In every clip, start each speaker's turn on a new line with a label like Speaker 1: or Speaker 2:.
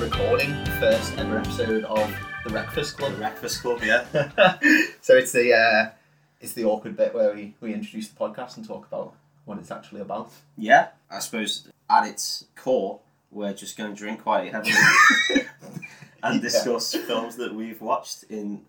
Speaker 1: recording the first ever episode of The Breakfast Club.
Speaker 2: Breakfast Club, yeah.
Speaker 1: so it's the uh, it's the awkward bit where we, we introduce the podcast and talk about what it's actually about.
Speaker 2: Yeah, I suppose at its core, we're just going to drink quite heavily and
Speaker 1: Yeah.
Speaker 2: discuss films that we've watched in,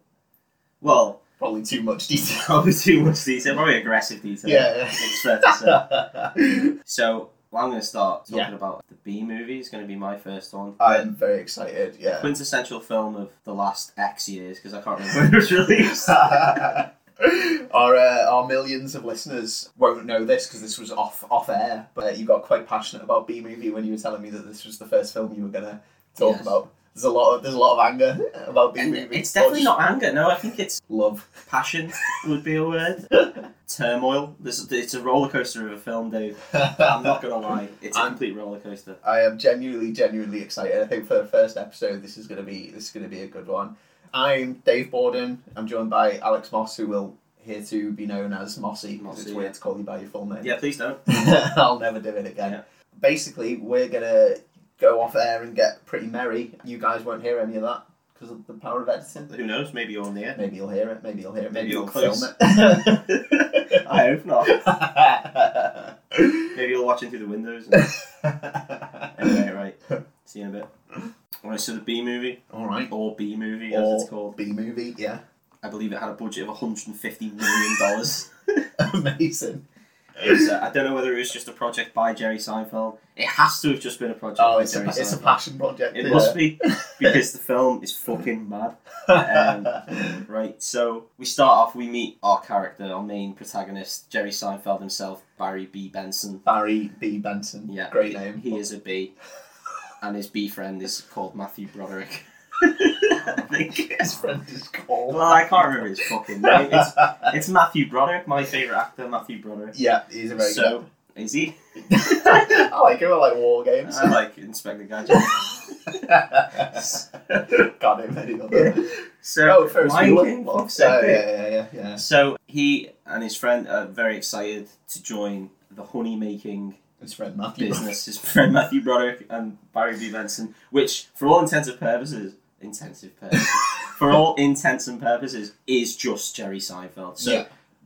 Speaker 2: well,
Speaker 1: Probably too much detail.
Speaker 2: probably too much detail, probably aggressive detail.
Speaker 1: yeah.
Speaker 2: It's fair to say. So, well, I'm going to start talking
Speaker 1: Yeah.
Speaker 2: about the B movie, it's going to be my first one.
Speaker 1: I'm very excited. Yeah.
Speaker 2: Quintessential film of the last X years, because I can't remember when it was released.
Speaker 1: our uh, our millions of listeners won't know this because this was off off air. But you got quite passionate about B movie when you were telling me that this was the first film you were gonna talk
Speaker 2: Yes.
Speaker 1: about. There's a lot of there's a lot of anger about B
Speaker 2: And
Speaker 1: movie.
Speaker 2: it's definitely not anger, no, I think it's
Speaker 1: love.
Speaker 2: passion would be a word. Turmoil. This it's a roller coaster of a film, Dave. I'm not gonna lie, it's a
Speaker 1: I'm-
Speaker 2: complete roller coaster.
Speaker 1: I am genuinely, genuinely excited. I think for the first episode, this is gonna be this is gonna be a good one. I'm Dave Borden. I'm joined by Alex Moss, who will hereto be known as Mossy. 'cause
Speaker 2: Mossy,
Speaker 1: it's weird
Speaker 2: yeah.
Speaker 1: to call you by your full name.
Speaker 2: Yeah, please don't.
Speaker 1: I'll never do it again.
Speaker 2: Yeah.
Speaker 1: Basically, we're gonna go off air and get pretty merry. You guys won't hear any of that because of the power of editing.
Speaker 2: Who knows? Maybe you're on the air.
Speaker 1: Maybe you'll hear it. Maybe you'll hear it. Maybe,
Speaker 2: Maybe
Speaker 1: you'll
Speaker 2: you're
Speaker 1: film
Speaker 2: close.
Speaker 1: it.
Speaker 2: I hope not. Maybe you're watching through the windows. And... Anyway, right. See you in a bit. Right, so the B movie
Speaker 1: All right.
Speaker 2: or B movie
Speaker 1: Or
Speaker 2: as it's called.
Speaker 1: B movie, yeah,
Speaker 2: I believe it had a budget of 150 million dollars.
Speaker 1: amazing.
Speaker 2: uh, I don't know whether it was just a project by Jerry Seinfeld. It has to have just been a project.
Speaker 1: Oh,
Speaker 2: by
Speaker 1: it's a,
Speaker 2: Jerry
Speaker 1: it's a
Speaker 2: Seinfeld.
Speaker 1: passion project.
Speaker 2: It
Speaker 1: yeah.
Speaker 2: must be because the film is fucking mad. um, Right, so we start off, we meet our character, our main protagonist, Jerry Seinfeld himself, Barry B. Benson.
Speaker 1: Barry B Benson.
Speaker 2: Yeah.
Speaker 1: great
Speaker 2: he-
Speaker 1: name.
Speaker 2: He is a B. And his B friend is called Matthew Broderick. I think.
Speaker 1: His friend is called.
Speaker 2: Well, I can't remember his fucking name. It's, it's Matthew Broderick, my favourite actor, Matthew Broderick.
Speaker 1: yeah, he's a very
Speaker 2: So, is he?
Speaker 1: good. I like him. I like war games.
Speaker 2: I like Inspector Gadget.
Speaker 1: Got him. Any other?
Speaker 2: So,
Speaker 1: Oh, Ferris
Speaker 2: Lion
Speaker 1: Bueller.
Speaker 2: King, fuck's sake,
Speaker 1: Oh,
Speaker 2: dude.
Speaker 1: yeah, yeah, yeah,
Speaker 2: So he and his friend are very excited to join the honey making
Speaker 1: His friend Matthew.
Speaker 2: business. His friend Matthew Broderick and Barry B. Benson, which, for all intents and purposes, intensive purposes, for all intents and purposes, is just Jerry Seinfeld. So
Speaker 1: Yeah.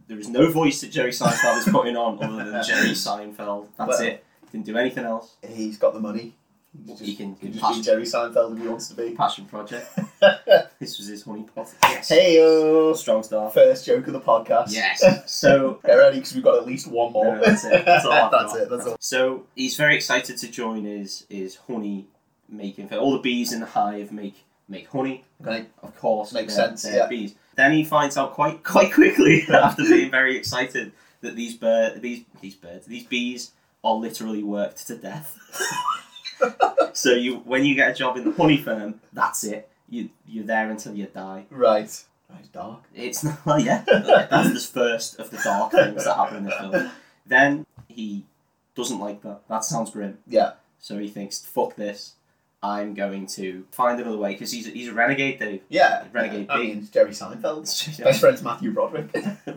Speaker 2: there is no voice that Jerry Seinfeld is putting on other than Jerry Seinfeld. That's
Speaker 1: Well-
Speaker 2: it. Didn't do anything else.
Speaker 1: He's got the money. He's just-
Speaker 2: He can,
Speaker 1: he can
Speaker 2: can
Speaker 1: just be
Speaker 2: passion,
Speaker 1: Jerry Seinfeld if he wants to be.
Speaker 2: passion project. This was his honey pot. Yes.
Speaker 1: hey
Speaker 2: Strong stuff.
Speaker 1: First joke of the podcast.
Speaker 2: Yes. So
Speaker 1: Get ready because we've got at least one more.
Speaker 2: No, that's it. That's all I've
Speaker 1: that's
Speaker 2: got.
Speaker 1: it. That's all.
Speaker 2: So he's very excited to join his his honey making. All the bees in the hive make make honey.
Speaker 1: Okay.
Speaker 2: Of course,
Speaker 1: Makes
Speaker 2: they're-
Speaker 1: sense,
Speaker 2: they're
Speaker 1: yeah.
Speaker 2: Bees. Then he finds out quite quite quickly after being very excited that these bird these these birds these bees are literally worked to death. so you when you get a job in the honey firm, that's it. You you're there until you die.
Speaker 1: Right. It's dark.
Speaker 2: It's not well, yeah. That's the first of the dark things that happen in the film. Then he doesn't like that. That sounds grim.
Speaker 1: Yeah.
Speaker 2: So he thinks, fuck this. I'm going to find another way because he's, he's a renegade, Dave.
Speaker 1: Yeah.
Speaker 2: Renegade
Speaker 1: I
Speaker 2: Bee.
Speaker 1: mean, Jerry Seinfeld. Best
Speaker 2: Best
Speaker 1: friend's Matthew Broderick.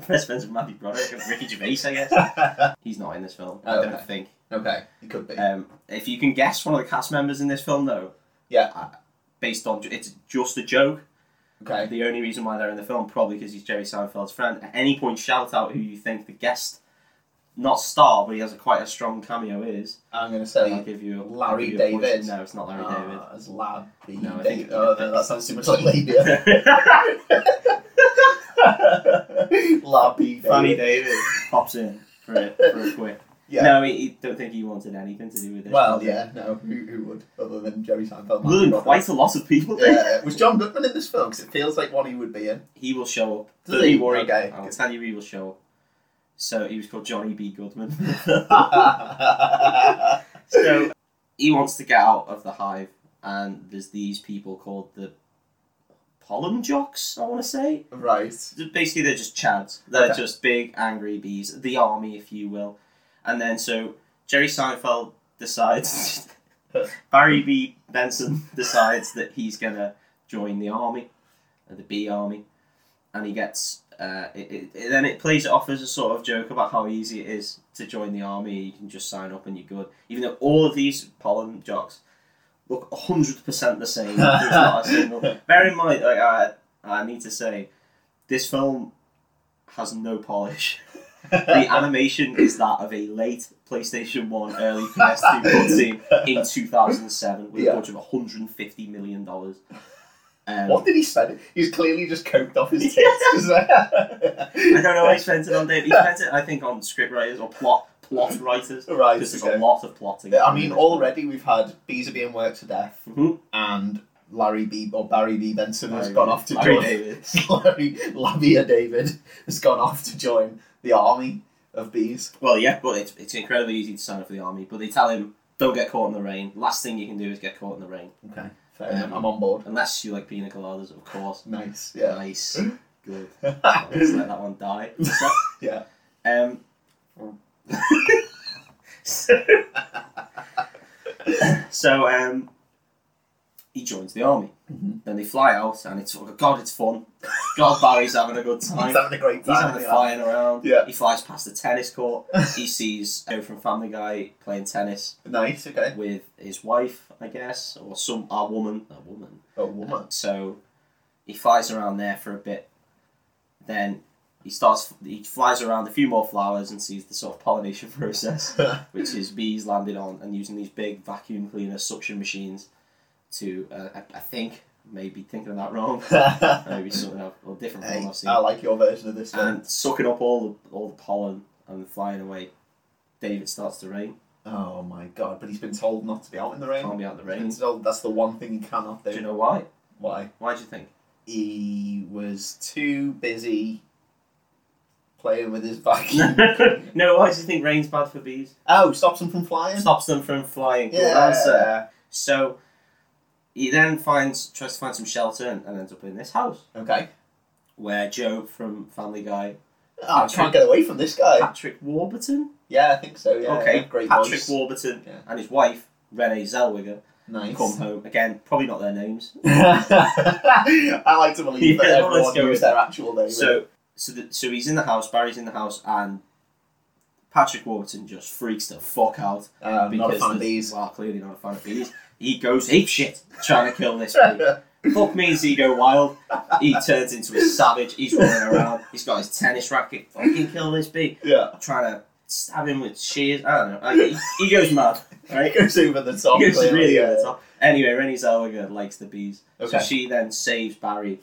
Speaker 2: friends with Matthew Broderick and Ricky Gervais, I guess. He's not in this film. I
Speaker 1: Oh,
Speaker 2: don't
Speaker 1: okay.
Speaker 2: think.
Speaker 1: okay, he could be.
Speaker 2: Um, if you can guess one of the cast members in this film, though,
Speaker 1: Yeah.
Speaker 2: I, based on it's just a joke.
Speaker 1: Okay.
Speaker 2: The only reason why they're in the film probably because he's Jerry Seinfeld's friend. At any point, shout out who you think the guest, not star, but he has a, quite a strong cameo is.
Speaker 1: I'm going to
Speaker 2: And I'll
Speaker 1: say
Speaker 2: give you a,
Speaker 1: Larry
Speaker 2: I'll give you a point.
Speaker 1: David.
Speaker 2: No, it's not Larry David.
Speaker 1: uh, as Larry
Speaker 2: No, I
Speaker 1: David.
Speaker 2: think-
Speaker 1: Oh, no, that sounds too much like labia. Larry
Speaker 2: Funny
Speaker 1: David.
Speaker 2: David pops in for a, for a quick.
Speaker 1: Yeah.
Speaker 2: No, he, he don't think he wanted anything to do with this.
Speaker 1: Well,
Speaker 2: does he?
Speaker 1: yeah, no, who, who would other than Jerry Seinfeld?
Speaker 2: Other than
Speaker 1: Matthew Broderick.
Speaker 2: quite a lot of people. do.
Speaker 1: Yeah. Was John Goodman in this film? Because it feels like one he would be in.
Speaker 2: He will show up.
Speaker 1: Does
Speaker 2: Don't
Speaker 1: he?
Speaker 2: be worried.
Speaker 1: Okay.
Speaker 2: I'll tell you, he will show up. So he was called Johnny B. Goodman. so he wants to get out of the hive, and there's these people called the pollen jocks. I want to say.
Speaker 1: right.
Speaker 2: basically they're just chads. They're
Speaker 1: Okay.
Speaker 2: just big angry bees, the army, if you will. And then so Jerry Seinfeld decides, Barry B. Benson decides that he's gonna join the army, uh, the bee army, and he gets. Uh, it, it, it- then it plays it off as a sort of joke about how easy it is to join the army. You can just sign up and you're good. Even though all of these pollen jocks look 100% the same. There's not a single. Bear in mind, like, I, I need to say, this film has no polish. The animation is that of a late PlayStation 1, early PS2 cutscene in 2007 with
Speaker 1: Yeah.
Speaker 2: a budget of $150 million. Um,
Speaker 1: What did he spend? He's clearly just coked off his tits.
Speaker 2: I don't know what he spent it on, Dave. He spent it, I think, on script writers or plot plot writers.
Speaker 1: Right.
Speaker 2: Because there's
Speaker 1: okay.
Speaker 2: a lot of plotting.
Speaker 1: I mean, already we've had Beezer being worked to death,
Speaker 2: Mhm.
Speaker 1: and Larry B or Barry B Benson has
Speaker 2: Larry
Speaker 1: gone
Speaker 2: David.
Speaker 1: off to
Speaker 2: Larry
Speaker 1: join.
Speaker 2: David.
Speaker 1: Larry Lavia David has gone off to join the army of bees.
Speaker 2: Well, yeah, but it's, it's incredibly easy to sign up for the army. But they tell him, don't get caught in the rain. Last thing you can do is get caught in the rain.
Speaker 1: Okay, fair
Speaker 2: Um,
Speaker 1: enough. I'm on board.
Speaker 2: Unless you like pina coladas, of course.
Speaker 1: Nice. Yeah.
Speaker 2: Nice. Good. I'll just let that one die.
Speaker 1: Yeah.
Speaker 2: Um. so um, he joins the army.
Speaker 1: Mhm.
Speaker 2: Then they fly out, and it's sort of, God, it's fun. God, Barry's having a good time.
Speaker 1: He's having a great
Speaker 2: He's
Speaker 1: time.
Speaker 2: having a
Speaker 1: yeah.
Speaker 2: flying around.
Speaker 1: Yeah.
Speaker 2: He flies past the tennis court. He sees Joe from Family Guy playing tennis
Speaker 1: Nice. Okay.
Speaker 2: with his wife, I guess, or some a woman, a woman.
Speaker 1: A Oh, woman.
Speaker 2: So he flies around there for a bit. Then he starts. He flies around a few more flowers and sees the sort of pollination process, which is bees landing on and using these big vacuum cleaner suction machines to. Uh, I, I think maybe thinking of that wrong. Maybe something else or different from
Speaker 1: Hey, uh,
Speaker 2: what I've seen
Speaker 1: I like your version of this one.
Speaker 2: and sucking up all the all the pollen and flying away. David starts to rain.
Speaker 1: Oh my god! But he's been told not to be out in the rain.
Speaker 2: Can't be out the
Speaker 1: He's
Speaker 2: rain.
Speaker 1: been told that's the one thing he cannot
Speaker 2: Do you
Speaker 1: do.
Speaker 2: know why?
Speaker 1: Why?
Speaker 2: Why do you think?
Speaker 1: He was too busy playing with his vacuum.
Speaker 2: no, why do you think rain's bad for bees?
Speaker 1: oh, stops him from flying.
Speaker 2: Stops them from flying. Good
Speaker 1: Yeah.
Speaker 2: answer. So he then finds tries to find some shelter and, and ends up in this house
Speaker 1: Okay.
Speaker 2: where Joe from Family Guy,
Speaker 1: Oh, I can't get away from this guy.
Speaker 2: Patrick Warburton,
Speaker 1: Yeah, I think so. Yeah.
Speaker 2: okay,
Speaker 1: Great
Speaker 2: Patrick
Speaker 1: voice.
Speaker 2: Warburton,
Speaker 1: Yeah.
Speaker 2: and his wife Renee Zellweger
Speaker 1: Nice.
Speaker 2: come home again. Probably not their names.
Speaker 1: I like to believe that
Speaker 2: Yeah, let's
Speaker 1: everyone
Speaker 2: go
Speaker 1: knows
Speaker 2: with
Speaker 1: their actual name.
Speaker 2: So, so, the, so he's in the house. Barry's in the house, and Patrick Warburton just freaks the fuck out
Speaker 1: um, not a fan of
Speaker 2: the-
Speaker 1: these.
Speaker 2: Well, clearly not a fan of bees. He goes ape shit trying to kill this bee. Fuck me, does he go wild? He turns into a savage. He's running around. He's got his tennis racket. Fucking kill this bee.
Speaker 1: yeah.
Speaker 2: Trying to stab him with shears. I don't know. Like, he, he goes mad.
Speaker 1: It
Speaker 2: Right.
Speaker 1: goes over the top.
Speaker 2: It's
Speaker 1: clearly,
Speaker 2: really
Speaker 1: yeah.
Speaker 2: over the top. Anyway, Rennie Zellweger likes the bees, so
Speaker 1: Okay.
Speaker 2: she then saves Barry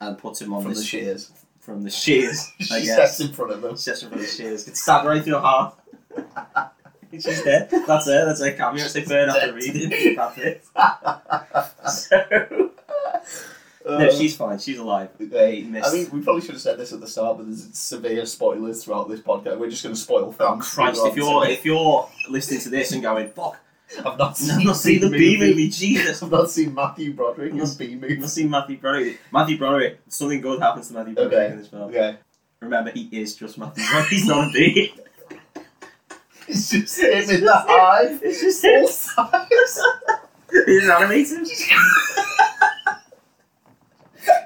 Speaker 2: and puts him on
Speaker 1: From
Speaker 2: this
Speaker 1: the shears.
Speaker 2: from the shears.
Speaker 1: She
Speaker 2: I guess.
Speaker 1: steps in front of them.
Speaker 2: Obsession with the shears. Could stab right through her heart. She's dead. That's her. That's her cameo. It's like burn after reading. That's it. So, no, she's fine. She's alive. They missed.
Speaker 1: Uh, I mean, we probably should have said this at the start, but there's severe spoilers throughout this podcast. We're just going to spoil
Speaker 2: Oh
Speaker 1: films.
Speaker 2: Christ! If you're if you're listening to this and going, "Fuck,
Speaker 1: I've not
Speaker 2: I've
Speaker 1: seen,
Speaker 2: not seen the B movie, Jesus!"
Speaker 1: I've not seen Matthew Broderick in
Speaker 2: Not-
Speaker 1: B
Speaker 2: I've not
Speaker 1: movie.
Speaker 2: seen Matthew Broderick. Matthew Broderick. Something good happens to Matthew Broderick
Speaker 1: Okay.
Speaker 2: in this film.
Speaker 1: Okay,
Speaker 2: Remember, he is just Matthew Broderick. He's not a B.
Speaker 1: it's just him in the
Speaker 2: just him.
Speaker 1: hive.
Speaker 2: It's just
Speaker 1: Full
Speaker 2: him.
Speaker 1: size.
Speaker 2: He's an animated.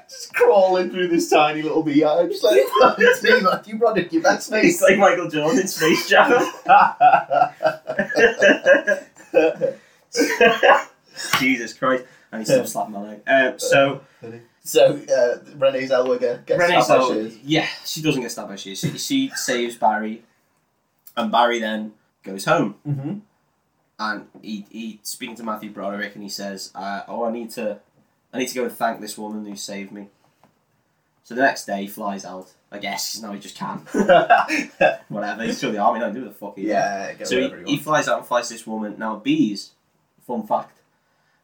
Speaker 1: just crawling through this tiny little beehive. Just like, it's me, Matthew Broderick. Your best mate.
Speaker 2: He's like Michael Jordan in Space Jam. Jesus Christ. I need to slap my leg. Um, so,
Speaker 1: so uh, Renee Zellweger gets
Speaker 2: Renee
Speaker 1: Renee
Speaker 2: Zellweger, yeah, she doesn't get stabbed by shears. She, she saves Barry, and Barry then goes home.
Speaker 1: Mm-hmm.
Speaker 2: And he, he speaking to Matthew Broderick, and he says, uh, "Oh, I need to, I need to go and thank this woman who saved me." So the next day, he flies out. I guess now he just can. Whatever. He's still the army. Don't do the fuck. he does.
Speaker 1: yeah, get
Speaker 2: So
Speaker 1: whatever you
Speaker 2: he, he
Speaker 1: want.
Speaker 2: flies out and flies this woman. Now, bees, fun fact,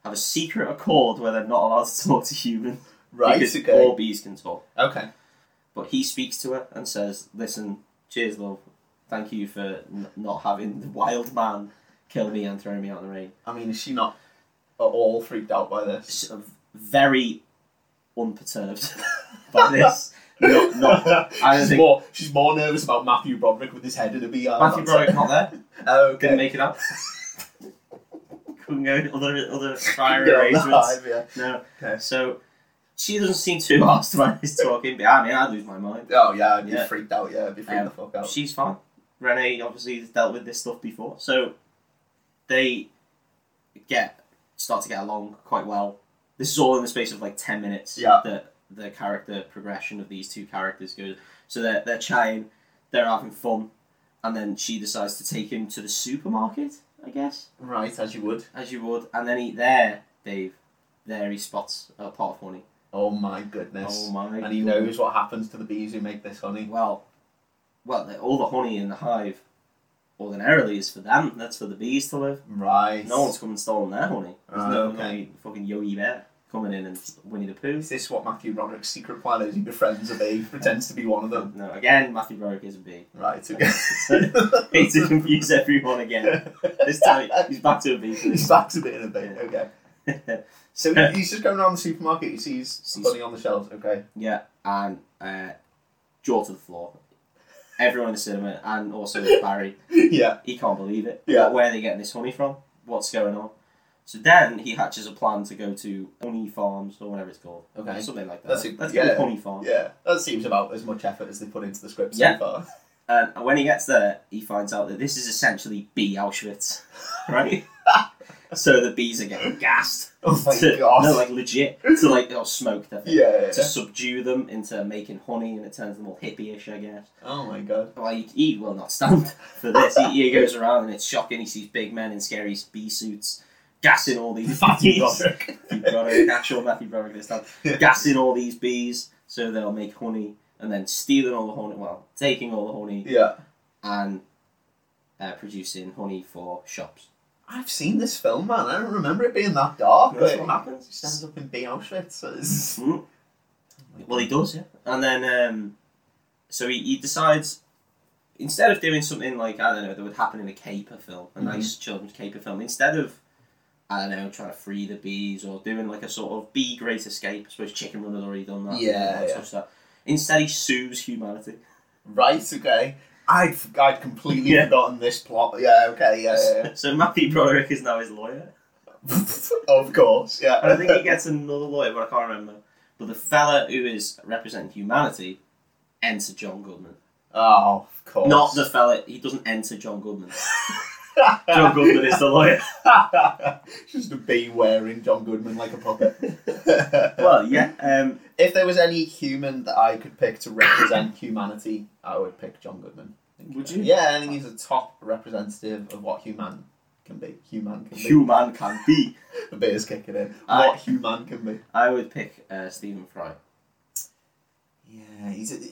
Speaker 2: have a secret accord where they're not allowed to talk to humans.
Speaker 1: Right,
Speaker 2: Because
Speaker 1: okay.
Speaker 2: all bees can talk.
Speaker 1: Okay.
Speaker 2: But he speaks to her and says, Listen, cheers, love. Thank you for n- not having the wild man kill me and throw me out in the rain.
Speaker 1: I mean, is she not at all freaked out by this?
Speaker 2: Sort of very unperturbed by this. Not, not, I don't
Speaker 1: she's
Speaker 2: think-
Speaker 1: more. She's more nervous about Matthew Broderick with his head in a beehive.
Speaker 2: Matthew Broderick's not there.
Speaker 1: Oh, okay.
Speaker 2: Couldn't make it up. Couldn't go to other, other prior
Speaker 1: Get on the
Speaker 2: arrangements.
Speaker 1: hive, yeah.
Speaker 2: No.
Speaker 1: Okay.
Speaker 2: So she doesn't seem too asked when he's talking, but I mean, I'd lose my mind.
Speaker 1: Oh yeah, I'd be
Speaker 2: Yeah.
Speaker 1: freaked out. Yeah, I'd be freaked
Speaker 2: Um,
Speaker 1: the fuck out.
Speaker 2: She's fine. Renee obviously has dealt with this stuff before. So they get start to get along quite well. This is all in the space of like ten minutes.
Speaker 1: Yeah.
Speaker 2: That the character progression of these two characters goes. So they're they're chatting, they're having fun, and then she decides to take him to the supermarket. I guess
Speaker 1: Right, as you would.
Speaker 2: as you would, and then he there, Dave, there he spots a pot of honey.
Speaker 1: Oh my goodness.
Speaker 2: Oh my!
Speaker 1: and he
Speaker 2: God.
Speaker 1: knows what happens to the bees who make this honey.
Speaker 2: Well, well, the- all the honey in the hive, ordinarily is for them. That's for the bees to live.
Speaker 1: Right.
Speaker 2: No one's come and stolen their honey. There's
Speaker 1: Ah,
Speaker 2: no
Speaker 1: okay.
Speaker 2: no fucking Yogi Bear coming in and Winnie the Pooh.
Speaker 1: Is this what Matthew Broderick's secret plan is? He befriends a bee, pretends to be one of them.
Speaker 2: No, again, Matthew Broderick is a bee.
Speaker 1: Right, okay.
Speaker 2: Hate to confuse everyone again. This time he's back to a bee. for
Speaker 1: He's
Speaker 2: this.
Speaker 1: back to being a bee, okay. So
Speaker 2: So-
Speaker 1: he- he's just going around the supermarket, he sees
Speaker 2: Sees-
Speaker 1: honey on the shelves, okay.
Speaker 2: yeah, and uh, jaw to the floor. Everyone in the cinema and also Barry,
Speaker 1: Yeah,
Speaker 2: he can't believe it.
Speaker 1: Yeah.
Speaker 2: Where are they getting this honey from? What's going on? So then he hatches a plan to go to honey farms or whatever it's called.
Speaker 1: Okay.
Speaker 2: Something like that.
Speaker 1: That's it,
Speaker 2: Let's
Speaker 1: yeah.
Speaker 2: go honey farm.
Speaker 1: yeah. That seems about as much effort as they put into the script
Speaker 2: Yeah.
Speaker 1: so far.
Speaker 2: Um, and when he gets there, he finds out that this is essentially bee Auschwitz, right? so the bees are getting gassed.
Speaker 1: Oh my
Speaker 2: to,
Speaker 1: god.
Speaker 2: No, like legit to like or smoked. I think.
Speaker 1: yeah, yeah,
Speaker 2: To
Speaker 1: yeah.
Speaker 2: subdue them into making honey, and it turns them all hippie-ish, I guess.
Speaker 1: Oh my god.
Speaker 2: Well, he, he will not stand for this. He, he goes around and it's shocking. He sees big men in scary bee suits, gassing all these
Speaker 1: Matthew
Speaker 2: bees.
Speaker 1: Broderick.
Speaker 2: Matthew Broderick, actual Matthew Broderick this time,
Speaker 1: Yeah.
Speaker 2: gassing all these bees so they'll make honey, and then stealing all the honey. Well, taking all the honey
Speaker 1: Yeah.
Speaker 2: and uh, producing honey for shops.
Speaker 1: I've seen this film, man. I don't remember it being that dark.
Speaker 2: That's
Speaker 1: Like,
Speaker 2: what happens.
Speaker 1: He stands up in Bee Auschwitz. It's-
Speaker 2: Mm. Well, he does, yeah. And then, um, so he, he decides, instead of doing something like, I don't know, that would happen in a caper film, a
Speaker 1: Mhm.
Speaker 2: nice children's caper film, instead of, I don't know, trying to free the bees or doing like a sort of bee great escape, I suppose Chicken Run had already done that.
Speaker 1: Yeah,
Speaker 2: that
Speaker 1: yeah.
Speaker 2: sort of stuff. Instead, he sues humanity.
Speaker 1: Right, okay. I'd, f- I'd completely
Speaker 2: Yeah.
Speaker 1: forgotten this plot. Yeah, okay, yeah, yeah, yeah.
Speaker 2: So Matthew Broderick is now his lawyer.
Speaker 1: of course, yeah.
Speaker 2: And I think he gets another lawyer, but I can't remember. But the fella who is representing humanity enter John Goodman.
Speaker 1: Oh, of course.
Speaker 2: Not the fella, he doesn't enter John Goodman. John Goodman is the lawyer.
Speaker 1: Just a bee wearing John Goodman like a puppet.
Speaker 2: Well, yeah. Um,
Speaker 1: if there was any human that I could pick to represent humanity, I would pick John Goodman. I think,
Speaker 2: Would
Speaker 1: uh,
Speaker 2: you?
Speaker 1: Yeah, I think he's a top representative of what human can be. Human can be.
Speaker 2: human can be.
Speaker 1: the beer's kicking in.
Speaker 2: Aye.
Speaker 1: What human can be.
Speaker 2: I would pick uh, Stephen Fry.
Speaker 1: Yeah, he's a,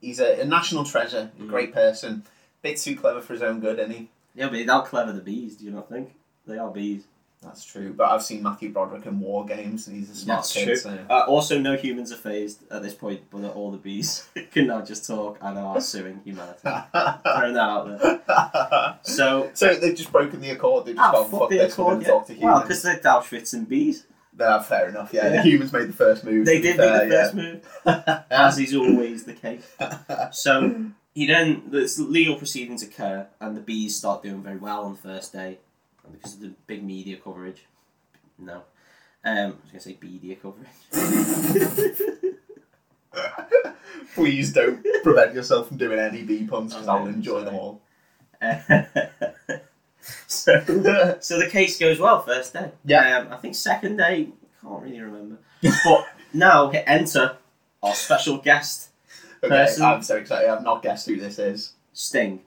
Speaker 1: he's a, a national treasure, a
Speaker 2: Mm.
Speaker 1: great person. Bit too clever for his own good, isn't he?
Speaker 2: Yeah, but how clever the bees, do you not think? They are bees.
Speaker 1: That's true. But I've seen Matthew Broderick in War Games, and he's a smart
Speaker 2: That's
Speaker 1: kid.
Speaker 2: true.
Speaker 1: So.
Speaker 2: Uh, also, no humans are phased at this point, but that all the bees can now just talk and are suing humanity. Throwing that out there. So,
Speaker 1: so they've just broken the accord. They've just
Speaker 2: ah,
Speaker 1: gone fuck,
Speaker 2: fuck the
Speaker 1: this. We're
Speaker 2: accord.
Speaker 1: going to talk to
Speaker 2: Yeah. Well,
Speaker 1: humans.
Speaker 2: because they're Auschwitz and bees.
Speaker 1: Nah, fair enough. Yeah,
Speaker 2: Yeah.
Speaker 1: the humans made the first move.
Speaker 2: They
Speaker 1: to be
Speaker 2: did
Speaker 1: fair,
Speaker 2: make the first move. as is always the case.
Speaker 1: yeah.
Speaker 2: So he then the legal proceedings occur, and the bees start doing very well on the first day, and because of the big media coverage. No, um, I was gonna say media coverage.
Speaker 1: Please don't prevent yourself from doing any bee puns because
Speaker 2: Oh,
Speaker 1: I'll
Speaker 2: no,
Speaker 1: enjoy
Speaker 2: sorry.
Speaker 1: them all.
Speaker 2: so, so the case goes well first day.
Speaker 1: Yeah.
Speaker 2: um, I think second day can't really remember. But now enter our special guest
Speaker 1: Okay,
Speaker 2: Person-
Speaker 1: I'm so excited. I've not guessed who this is.
Speaker 2: Sting.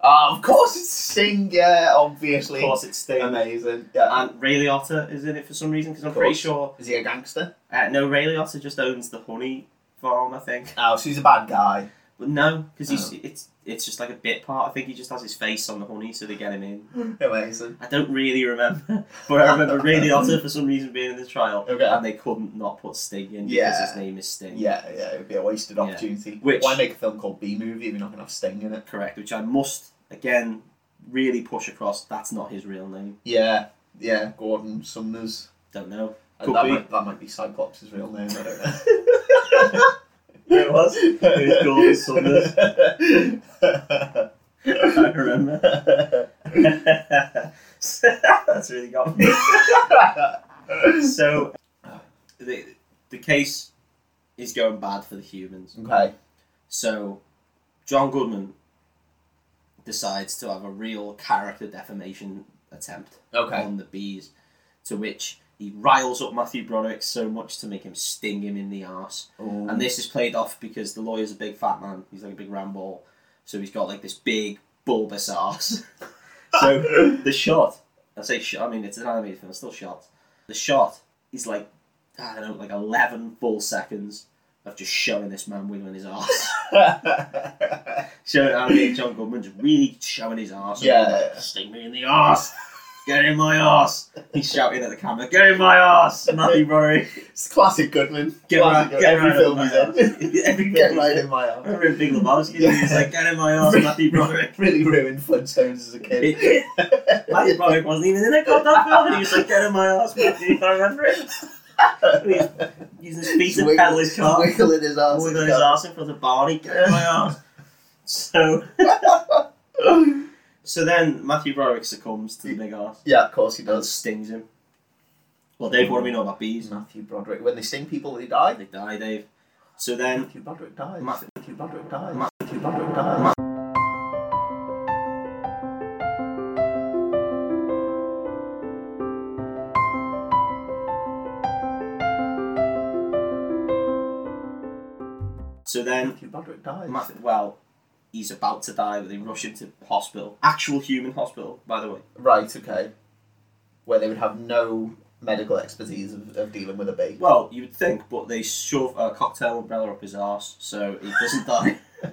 Speaker 1: Uh, of course, it's Sting. Yeah, obviously.
Speaker 2: Of course, it's Sting.
Speaker 1: Amazing. Yeah.
Speaker 2: and Ray Liotta is in it for some reason because I'm
Speaker 1: Of
Speaker 2: pretty
Speaker 1: course.
Speaker 2: sure.
Speaker 1: is he a gangster?
Speaker 2: Uh, no, Ray Liotta just owns the honey farm, I think.
Speaker 1: Oh, so he's a bad guy.
Speaker 2: But no, because he's
Speaker 1: Oh.
Speaker 2: it's it's just like a bit part. I think he just has his face on the honey, so they get him in.
Speaker 1: Amazing.
Speaker 2: I don't really remember, but I remember Ray Liotta for some reason being in the trial,
Speaker 1: Okay.
Speaker 2: and they couldn't not put Sting in because
Speaker 1: Yeah.
Speaker 2: his name is Sting.
Speaker 1: Yeah, yeah, it would be a wasted
Speaker 2: Yeah.
Speaker 1: opportunity.
Speaker 2: Which-
Speaker 1: Why make a film called B Movie if you're not going to have Sting in it?
Speaker 2: Correct, which I must again really push across. That's not his real name.
Speaker 1: Yeah, yeah, Gordon Sumner's.
Speaker 2: Don't know.
Speaker 1: Uh,
Speaker 2: Could
Speaker 1: that,
Speaker 2: be.
Speaker 1: Might, that might be Cyclops' real name, I don't know.
Speaker 2: It was. It was Gordon Sumner's. I remember. That's really got me. so the the case is going bad for the humans.
Speaker 1: okay.
Speaker 2: So John Goodman decides to have a real character defamation attempt
Speaker 1: Okay.
Speaker 2: on the bees to which he riles up Matthew Broderick so much to make him sting him in the arse.
Speaker 1: Mm.
Speaker 2: And this is played off because the lawyer's a big fat man. He's like a big round ball. So he's got like this big bulbous ass. so the shot, I say shot, I mean, it's an animated film, it's still shot. The shot is like, I don't know, like 11 full seconds of just showing this man wiggling his ass. showing animated John Goodman just really showing his ass.
Speaker 1: Yeah.
Speaker 2: Like, Sting me in the ass. Get in my ass! He's shouting at the camera, "Get in my ass, Matthew Broderick!"
Speaker 1: it's classic Goodman.
Speaker 2: Get
Speaker 1: classic Goodman.
Speaker 2: right, get
Speaker 1: every
Speaker 2: right
Speaker 1: film
Speaker 2: in
Speaker 1: he's
Speaker 2: my ass.
Speaker 1: in.
Speaker 2: Every
Speaker 1: get
Speaker 2: film
Speaker 1: right
Speaker 2: he's
Speaker 1: in my
Speaker 2: I
Speaker 1: arm.
Speaker 2: remember in Big Lebowski, he was like, "Get in my ass, Matthew Broderick."
Speaker 1: really ruined Flintstones as a kid.
Speaker 2: It- Matthew Broderick wasn't even in that goddamn film, and he was like, "Get in my ass, Matthew." I remember it. Using his feet to pedal his car,
Speaker 1: Wiggling his ass.
Speaker 2: wiggling his ass in front of Barney. Get in my ass. So, so then Matthew Broderick succumbs to the big ass
Speaker 1: yeah, of course he
Speaker 2: and
Speaker 1: does.
Speaker 2: stings him. Well, Dave, what do we know about bees?
Speaker 1: Matthew Broderick. When they sting people, they die.
Speaker 2: They die, Dave. So then,
Speaker 1: Matthew Broderick dies.
Speaker 2: Matthew-
Speaker 1: Matthew Broderick dies.
Speaker 2: Ma-
Speaker 1: Matthew Broderick dies.
Speaker 2: so then
Speaker 1: Matthew Broderick dies.
Speaker 2: Math- well, he's about to die, but they rush him to hospital. Actual human hospital, by the way.
Speaker 1: Right, okay. Where they would have no medical expertise of, of dealing with a bee.
Speaker 2: Well, you would think, but they shove a cocktail umbrella up his arse, so he doesn't die.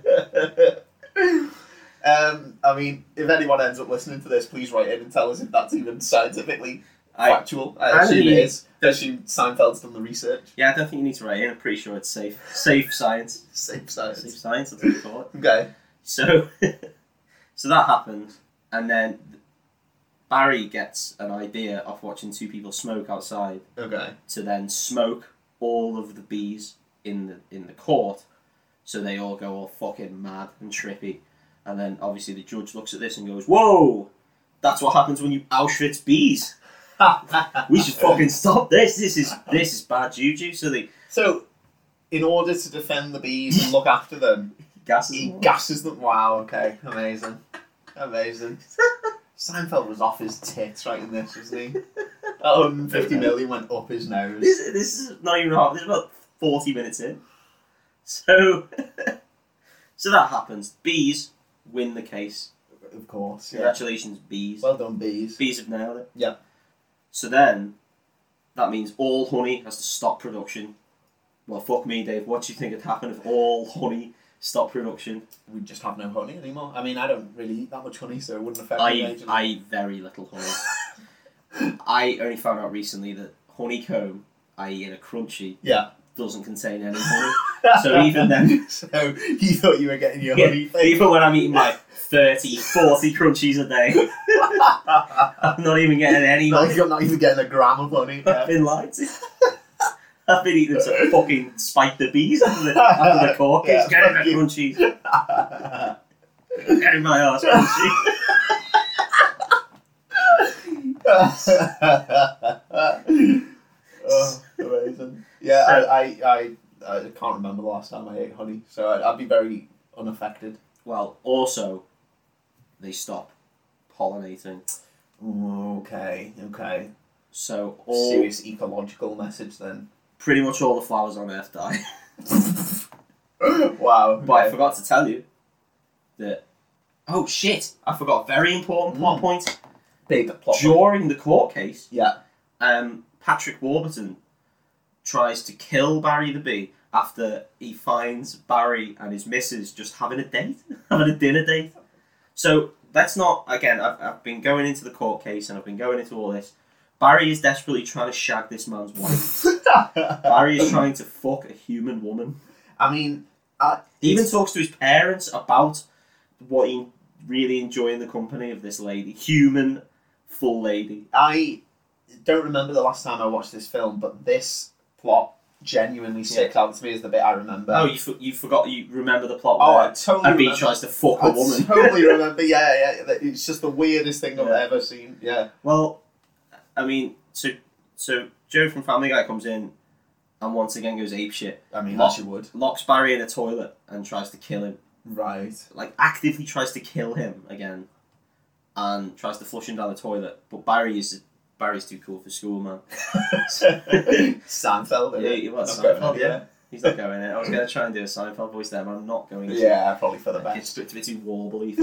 Speaker 1: um, I mean, if anyone ends up listening to this, please write in and tell us if that's even scientifically
Speaker 2: I,
Speaker 1: factual.
Speaker 2: I
Speaker 1: I assume
Speaker 2: mean-
Speaker 1: it is. I assume Seinfeld's done the research.
Speaker 2: yeah, I don't think you need to write in. I'm pretty sure it's safe. Safe science.
Speaker 1: Safe
Speaker 2: Safe
Speaker 1: science.
Speaker 2: science, that's what we call it.
Speaker 1: Okay.
Speaker 2: So, so that happens, and then Barry gets an idea of watching two people smoke outside.
Speaker 1: Okay.
Speaker 2: to then smoke all of the bees in the in the court, so they all go all fucking mad and trippy. And then obviously the judge looks at this and goes, "Whoa, that's what happens when you Auschwitz bees. We should fucking stop this. This is this is bad juju." So they
Speaker 1: So, in order to defend the bees and look after them,
Speaker 2: gases.
Speaker 1: he
Speaker 2: them all.
Speaker 1: gasses them. Wow. Okay. Amazing. Amazing. Seinfeld was off his tits right in this, wasn't he? That 150 million went up his nose.
Speaker 2: This this is not even half. This is about forty minutes in. So so that happens. Bees win the case.
Speaker 1: Of course. Yeah.
Speaker 2: Congratulations, bees.
Speaker 1: Well done, bees.
Speaker 2: Bees have nailed it.
Speaker 1: Yeah.
Speaker 2: So then, that means all honey has to stop production. Well, fuck me, Dave. What do you think would happen if all honey stopped production?
Speaker 1: We just have no honey anymore. I mean, I don't really eat that much honey, so it wouldn't affect me.
Speaker 2: I I eat very little honey. I only found out recently that honeycomb, i.e., in a crunchy,
Speaker 1: Yeah.
Speaker 2: doesn't contain any honey. So even then-
Speaker 1: so you thought you were getting your
Speaker 2: Yeah,
Speaker 1: honey thing.
Speaker 2: even when I'm eating like 30, 40 crunchies a day, I'm not even getting any.
Speaker 1: like you're not even getting a gram of honey.
Speaker 2: I've
Speaker 1: Yeah.
Speaker 2: been lied to. I've been eating some fucking spike the bees after the, after the cork.
Speaker 1: Yeah,
Speaker 2: get in
Speaker 1: fuck
Speaker 2: the
Speaker 1: you.
Speaker 2: crunchies. Get in my ass, crunchy.
Speaker 1: oh, amazing. Yeah, I, I, I, I can't remember the last time I ate honey, so I'd, I'd be very unaffected.
Speaker 2: well, also, they stop pollinating.
Speaker 1: Ooh, Okay, okay.
Speaker 2: So all
Speaker 1: Serious ecological message then.
Speaker 2: pretty much all the flowers on Earth die.
Speaker 1: wow.
Speaker 2: But I forgot to tell you that. Oh shit! I forgot a very important plot
Speaker 1: Mm.
Speaker 2: point.
Speaker 1: big plot.
Speaker 2: During the court case,
Speaker 1: Yeah.
Speaker 2: um, Patrick Warburton tries to kill Barry the Bee after he finds Barry and his missus just having a date, having a dinner date. So let's not, again, I've, I've been going into the court case and I've been going into all this. Barry is desperately trying to shag this man's wife. Barry is trying to fuck a human woman.
Speaker 1: I mean,
Speaker 2: He even
Speaker 1: It's-
Speaker 2: talks to his parents about what he really enjoying the company of this lady, human, full lady.
Speaker 1: I don't remember the last time I watched this film, but this plot genuinely sticks out to me as the bit I remember.
Speaker 2: Oh, you, for, you forgot, you remember the plot
Speaker 1: Oh,
Speaker 2: where
Speaker 1: I totally
Speaker 2: And B
Speaker 1: remember.
Speaker 2: tries to fuck
Speaker 1: I
Speaker 2: a woman.
Speaker 1: totally remember. Yeah, yeah. that- It's just the weirdest thing I've
Speaker 2: Yeah.
Speaker 1: ever seen. Yeah.
Speaker 2: Well, I mean, so so Joe from Family Guy comes in and once again goes ape shit,
Speaker 1: I mean,
Speaker 2: Lock-
Speaker 1: as you would.
Speaker 2: locks Barry in a toilet and tries to kill him.
Speaker 1: Right.
Speaker 2: Like actively tries to kill him again, and tries to flush him down the toilet. But Barry is Barry's too cool for school, man.
Speaker 1: Seinfeld.
Speaker 2: Yeah,
Speaker 1: innit?
Speaker 2: you was
Speaker 1: Not going
Speaker 2: Seinfeld,
Speaker 1: in,
Speaker 2: yeah. He's not going in. I was going to try and do a Seinfeld voice there, but I'm not going
Speaker 1: yeah.
Speaker 2: to.
Speaker 1: Yeah, probably for the
Speaker 2: Like,
Speaker 1: best.
Speaker 2: It's a bit, a bit too warbly. for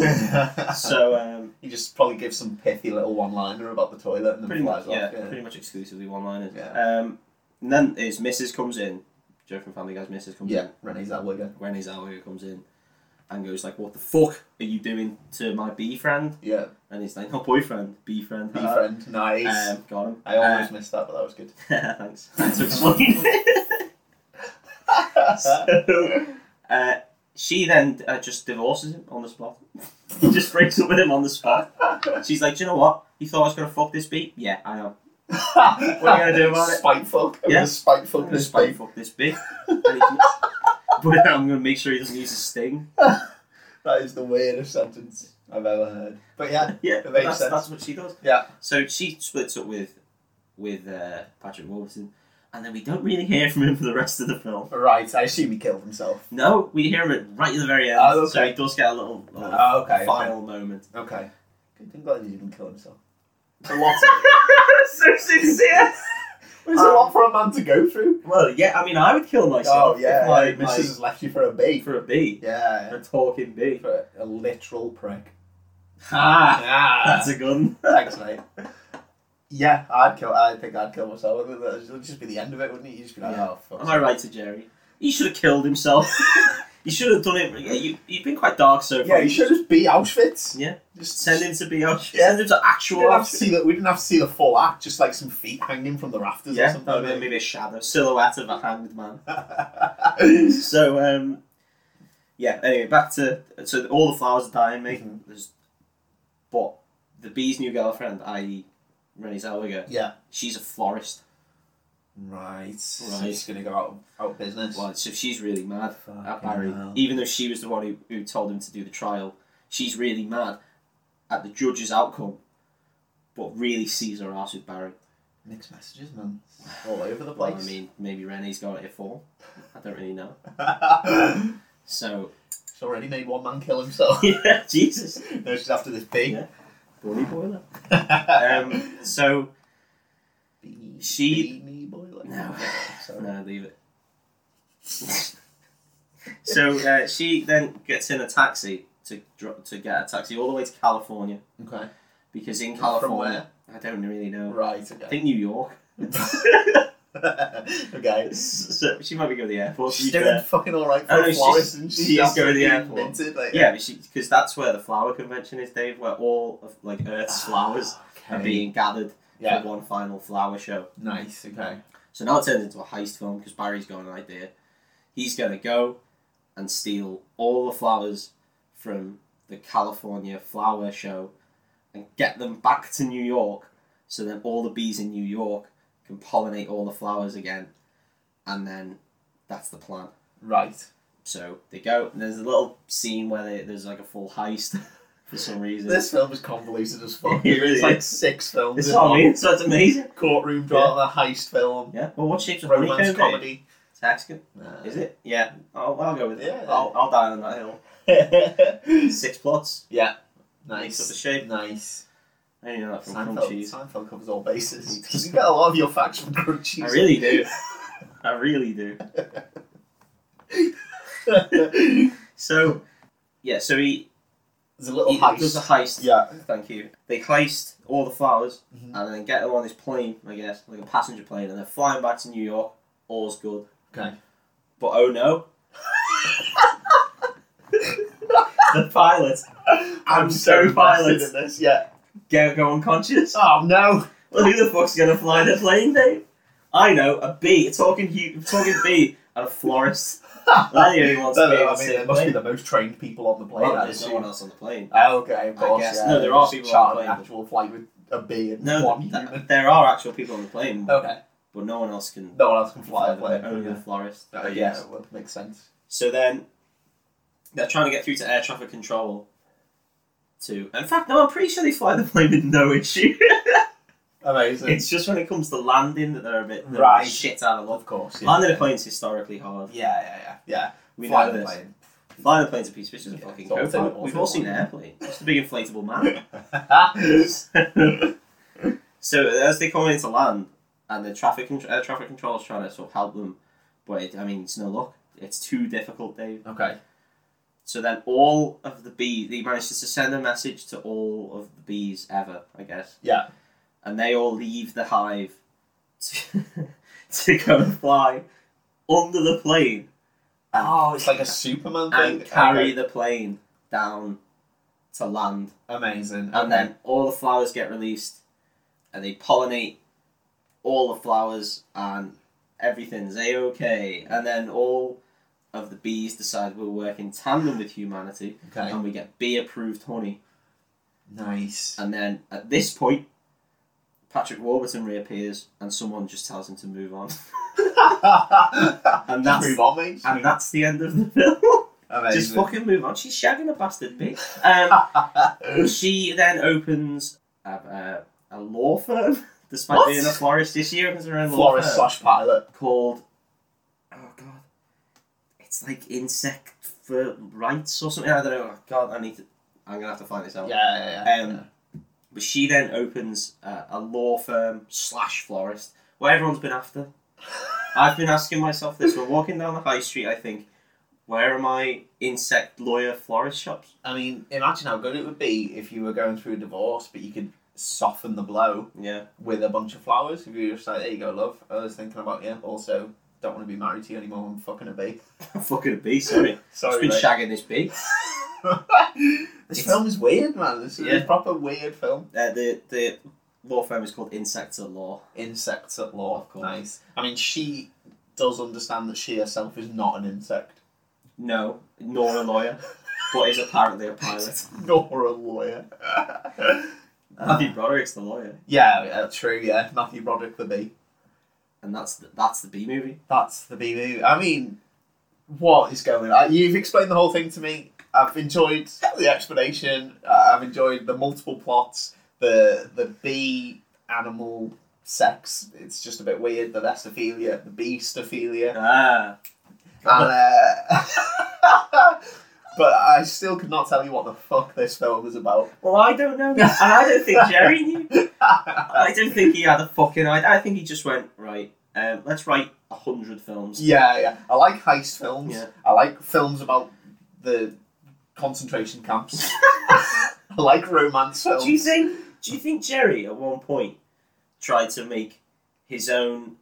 Speaker 2: me. so, um,
Speaker 1: he just probably gives some pithy little one-liner about the toilet and then
Speaker 2: pretty much,
Speaker 1: flies
Speaker 2: yeah,
Speaker 1: off.
Speaker 2: pretty much exclusively one-liners.
Speaker 1: Yeah.
Speaker 2: Um, and then his missus comes in. Joe from Family Guy's missus comes
Speaker 1: Yeah, Renee Zellweger.
Speaker 2: in. Renee Zellweger comes in and goes like, "What the fuck are you doing to my bee friend?"
Speaker 1: Yeah,
Speaker 2: And he's like, "No boyfriend, bee friend."
Speaker 1: B
Speaker 2: ha."
Speaker 1: friend. Nice.
Speaker 2: Uh, Um, got him.
Speaker 1: I almost missed that, but that was good.
Speaker 2: Uh, thanks. Thanks for explaining. so, uh, she then uh, just divorces him on the spot. just breaks up with him on the spot. She's like, do you know what? You thought I was gonna fuck this beat? Yeah, I am.
Speaker 1: what
Speaker 2: are you gonna do about it?
Speaker 1: Spiteful. I'm
Speaker 2: Yeah.
Speaker 1: gonna spiteful.
Speaker 2: I'm gonna spray fuck this beat. And he's- but I'm gonna make sure he doesn't use his sting.
Speaker 1: That is the weirdest sentence I've ever heard. But yeah,
Speaker 2: Yeah,
Speaker 1: It makes
Speaker 2: that's,
Speaker 1: sense.
Speaker 2: that's what she does.
Speaker 1: Yeah.
Speaker 2: So she splits up with with uh, Patrick Warburton, and then we don't really hear from him for the rest of the film.
Speaker 1: right. I assume he killed himself.
Speaker 2: No, we hear him at right at the very end.
Speaker 1: Oh,
Speaker 2: So
Speaker 1: okay.
Speaker 2: he does get a little, little
Speaker 1: Oh, okay,
Speaker 2: final moment.
Speaker 1: Okay. Good thing God he didn't kill himself. It's a lot.
Speaker 2: so sincere.
Speaker 1: There's a lot for a man to go through.
Speaker 2: Well, yeah, I mean, I would kill myself.
Speaker 1: oh yeah,
Speaker 2: if my,
Speaker 1: yeah, Mrs. has left you for a
Speaker 2: my-
Speaker 1: bee.
Speaker 2: for a bee,
Speaker 1: Yeah,
Speaker 2: a talking
Speaker 1: yeah.
Speaker 2: bee.
Speaker 1: for a literal prick.
Speaker 2: Ah,
Speaker 1: Ah,
Speaker 2: that's a gun.
Speaker 1: thanks, mate. Yeah, I'd kill. I think I'd kill myself. I think That'd that'd just be the end of it, wouldn't it? You'd just be like,
Speaker 2: Yeah.
Speaker 1: oh fuck.
Speaker 2: Am I right to Jerry? He should have killed himself. you should have done it. Yeah, you, you've been quite dark so far.
Speaker 1: Yeah, you should just be Auschwitz.
Speaker 2: Yeah.
Speaker 1: just
Speaker 2: send him to be. Yeah.
Speaker 1: Yeah.
Speaker 2: Send him to
Speaker 1: We
Speaker 2: actual.
Speaker 1: didn't, have to see the, we didn't have to see the full act, just like some feet hanging from the rafters or
Speaker 2: yeah,
Speaker 1: something.
Speaker 2: oh, maybe a shadow, silhouette of a hanged man.
Speaker 1: maybe.
Speaker 2: so um yeah anyway back to so all the flowers are dying mate
Speaker 1: Mhm.
Speaker 2: there's but the bee's new girlfriend i.e renee zellweger
Speaker 1: yeah.
Speaker 2: she's a florist
Speaker 1: Right. So
Speaker 2: Right.
Speaker 1: he's going to go out out of business.
Speaker 2: well so she's really mad
Speaker 1: Fucking
Speaker 2: at barry
Speaker 1: hell.
Speaker 2: even though she was the one who, who told him to do the trial she's really mad at the judge's outcome but really sees her ass with barry
Speaker 1: Mixed messages, man. All over the
Speaker 2: Well,
Speaker 1: place.
Speaker 2: i mean maybe renee's got it at four i don't really know so
Speaker 1: she's already made one man kill himself.
Speaker 2: yeah jesus
Speaker 1: no, she's after this bee.
Speaker 2: Yeah. Bloody boiler um, so
Speaker 1: Bee-
Speaker 2: she-
Speaker 1: Beanie boiler.
Speaker 2: No.
Speaker 1: Sorry.
Speaker 2: No, leave it. so uh, she then gets in a taxi to dr- to get a taxi all the way to California
Speaker 1: Okay.
Speaker 2: because in
Speaker 1: From
Speaker 2: California
Speaker 1: where?
Speaker 2: I don't really know.
Speaker 1: Right,
Speaker 2: I
Speaker 1: okay.
Speaker 2: think New York.
Speaker 1: okay.
Speaker 2: so she might be going to the airport. to be
Speaker 1: She's doing
Speaker 2: fair.
Speaker 1: fucking alright for
Speaker 2: Oh, no,
Speaker 1: a
Speaker 2: she's-
Speaker 1: florist, and
Speaker 2: she is going to
Speaker 1: absolutely
Speaker 2: the airport.
Speaker 1: minted, like,
Speaker 2: Yeah, because that's where the flower convention is, Dave. Where all of like Earth's flowers are
Speaker 1: Ah, Okay.
Speaker 2: being gathered
Speaker 1: Yeah.
Speaker 2: for one final flower show.
Speaker 1: Nice. Okay.
Speaker 2: So now it turns into a heist film because Barry's got an idea. He's going to go and steal all the flowers from the California flower show and get them back to New York so then all the bees in New York can pollinate all the flowers again. And then that's the plan.
Speaker 1: Right.
Speaker 2: So they go, and there's a little scene where they, there's like a full heist for some reason.
Speaker 1: This film is convoluted as fuck.
Speaker 2: It really
Speaker 1: it's like
Speaker 2: is.
Speaker 1: six films.
Speaker 2: It's
Speaker 1: in
Speaker 2: what I
Speaker 1: one.
Speaker 2: mean, so it's amazing.
Speaker 1: Courtroom drama, heist film,
Speaker 2: Yeah. Well, what shape's a honeycomb?
Speaker 1: romance
Speaker 2: Dave?
Speaker 1: comedy.
Speaker 2: It's Mexican.
Speaker 1: Nah.
Speaker 2: Is it? Yeah. I'll, I'll go with it.
Speaker 1: Yeah.
Speaker 2: I'll, I'll die on that hill. Six plots. Makes up the
Speaker 1: nice.
Speaker 2: shape.
Speaker 1: Nice.
Speaker 2: I only know that from crumb
Speaker 1: Seinfeld,
Speaker 2: cheese.
Speaker 1: Seinfeld covers all bases. you get a lot of your facts from Crunchies.
Speaker 2: I really do. I really do. So, yeah, so he,
Speaker 1: There's a little
Speaker 2: he
Speaker 1: heist.
Speaker 2: does a heist.
Speaker 1: Yeah.
Speaker 2: Thank you. They heist all the flowers
Speaker 1: Mhm.
Speaker 2: and then get them on this plane, I guess, like a passenger plane, and they're flying back to New York. All's good.
Speaker 1: Okay.
Speaker 2: But oh no. the pilot I'm so
Speaker 1: invested
Speaker 2: violent.
Speaker 1: in this. Yeah.
Speaker 2: go, go unconscious.
Speaker 1: Oh no.
Speaker 2: Well, who the fuck's gonna fly the plane, Dave? I know a bee, a talking hu- talking bee, and a florist. Well, the only ones
Speaker 1: No, no,
Speaker 2: to be
Speaker 1: I
Speaker 2: able to
Speaker 1: mean,
Speaker 2: sit
Speaker 1: there must be
Speaker 2: plane.
Speaker 1: the most trained people on the plane.
Speaker 2: Well,
Speaker 1: I
Speaker 2: Oh, there's no
Speaker 1: assume.
Speaker 2: one else on the plane.
Speaker 1: Oh, okay, of
Speaker 2: I
Speaker 1: course.
Speaker 2: guess.
Speaker 1: yeah.
Speaker 2: No, there are
Speaker 1: Just
Speaker 2: people on
Speaker 1: charter
Speaker 2: the
Speaker 1: an
Speaker 2: plane.
Speaker 1: actual flight with a bee and
Speaker 2: No,
Speaker 1: one
Speaker 2: th-
Speaker 1: human.
Speaker 2: there are actual people on the plane,
Speaker 1: Okay.
Speaker 2: but no one else can
Speaker 1: No one else can Oh. fly
Speaker 2: fly
Speaker 1: a
Speaker 2: the plane.
Speaker 1: plane.
Speaker 2: Only the florist.
Speaker 1: Uh,
Speaker 2: I
Speaker 1: yeah,
Speaker 2: guess.
Speaker 1: well, makes sense.
Speaker 2: So then they're trying to get through to air traffic control. To in fact, no, I'm pretty sure they fly the plane with no issue.
Speaker 1: Amazing.
Speaker 2: it's just when it comes to landing that they're a bit they're a bit
Speaker 1: Hmm. Right.
Speaker 2: shit out of luck.
Speaker 1: of course. Yeah.
Speaker 2: Landing a plane's historically hard.
Speaker 1: Yeah, yeah, yeah. Yeah.
Speaker 2: We
Speaker 1: fly
Speaker 2: know
Speaker 1: the
Speaker 2: this.
Speaker 1: plane.
Speaker 2: Flying a plane's a piece of shit.
Speaker 1: Yeah,
Speaker 2: fucking
Speaker 1: it's all
Speaker 2: go-kart.
Speaker 1: thing- all
Speaker 2: We've
Speaker 1: thing
Speaker 2: all seen an
Speaker 1: one.
Speaker 2: airplane. It's a big inflatable man.
Speaker 1: yeah,
Speaker 2: so So as they come into land, and the traffic con- uh, traffic control is trying to sort of help them, but it, I mean it's no luck. It's too difficult, Dave.
Speaker 1: Okay.
Speaker 2: So then all of the bees, he manages to send a message to all of the bees ever, I guess.
Speaker 1: Yeah.
Speaker 2: And they all leave the hive to, to go and fly under the plane And-
Speaker 1: oh, it's like a Superman thing.
Speaker 2: and carry
Speaker 1: Okay.
Speaker 2: the plane down to land.
Speaker 1: Amazing.
Speaker 2: and then all the flowers get released, and they pollinate all the flowers, and everything's a okay. And then all of the bees decide we'll work in tandem with humanity,
Speaker 1: Okay.
Speaker 2: and we get bee-approved honey.
Speaker 1: Nice.
Speaker 2: And then at this point, Patrick Warburton reappears, and someone just tells him to move on,
Speaker 1: and
Speaker 2: that's-
Speaker 1: move on, mate.
Speaker 2: and that's the end of the film.
Speaker 1: Amazing.
Speaker 2: just fucking move on. She's shagging a bastard bee. Um, She then opens a, a, a law firm, despite
Speaker 1: What?
Speaker 2: being a florist. Yeah, She opens her own law
Speaker 1: Florist
Speaker 2: firm
Speaker 1: slash pilot.
Speaker 2: called. Oh god, it's like insect for rights or something. I don't know. God, I need to. I'm gonna have to find this
Speaker 1: Yeah,
Speaker 2: out.
Speaker 1: yeah, yeah.
Speaker 2: Um, But she then opens uh, a, a law firm slash florist, where everyone's been after. I've been asking myself this. We're walking down the high street. I think, where are my insect lawyer florist shops?
Speaker 1: I mean, imagine how good it would be if you were going through a divorce, but you could soften the blow
Speaker 2: Yeah.
Speaker 1: with a bunch of flowers. If you were just like, there you go, love. I was thinking about you. Also, don't want to be married to you anymore. I'm fucking a bee.
Speaker 2: Fucking a bee, sorry. She's
Speaker 1: Sorry,
Speaker 2: been
Speaker 1: mate.
Speaker 2: shagging this bee.
Speaker 1: this
Speaker 2: It's-
Speaker 1: film is weird, man. This is
Speaker 2: Yeah.
Speaker 1: a proper weird film.
Speaker 2: Uh, the the law firm is called Insects at Law.
Speaker 1: Insects at law.
Speaker 2: Of course.
Speaker 1: Nice. I mean, she does understand that she herself is not an insect,
Speaker 2: No, nor a lawyer, but is apparently a pilot.
Speaker 1: nor a lawyer.
Speaker 2: Matthew Broderick's the lawyer,
Speaker 1: yeah, yeah, true. Yeah, Matthew Broderick, the bee.
Speaker 2: and that's the, that's the B movie.
Speaker 1: That's the B movie. I mean, what is going on? You've explained the whole thing to me. I've enjoyed the explanation. Uh, I've enjoyed the multiple plots. The the bee animal sex. It's just a bit weird. The lestophilia, the beastophilia,
Speaker 2: Ah,
Speaker 1: and uh, but I still could not tell you what the fuck this film is about.
Speaker 2: well, I don't know, and I don't think Jerry knew. I don't think he had a fucking. I, I think he just went right. Um, let's write a hundred films.
Speaker 1: Yeah, yeah. I like heist films.
Speaker 2: Yeah.
Speaker 1: I like films about the concentration camps. I like romance
Speaker 2: So
Speaker 1: films.
Speaker 2: do you think? Do you think Jerry at one point tried to make his own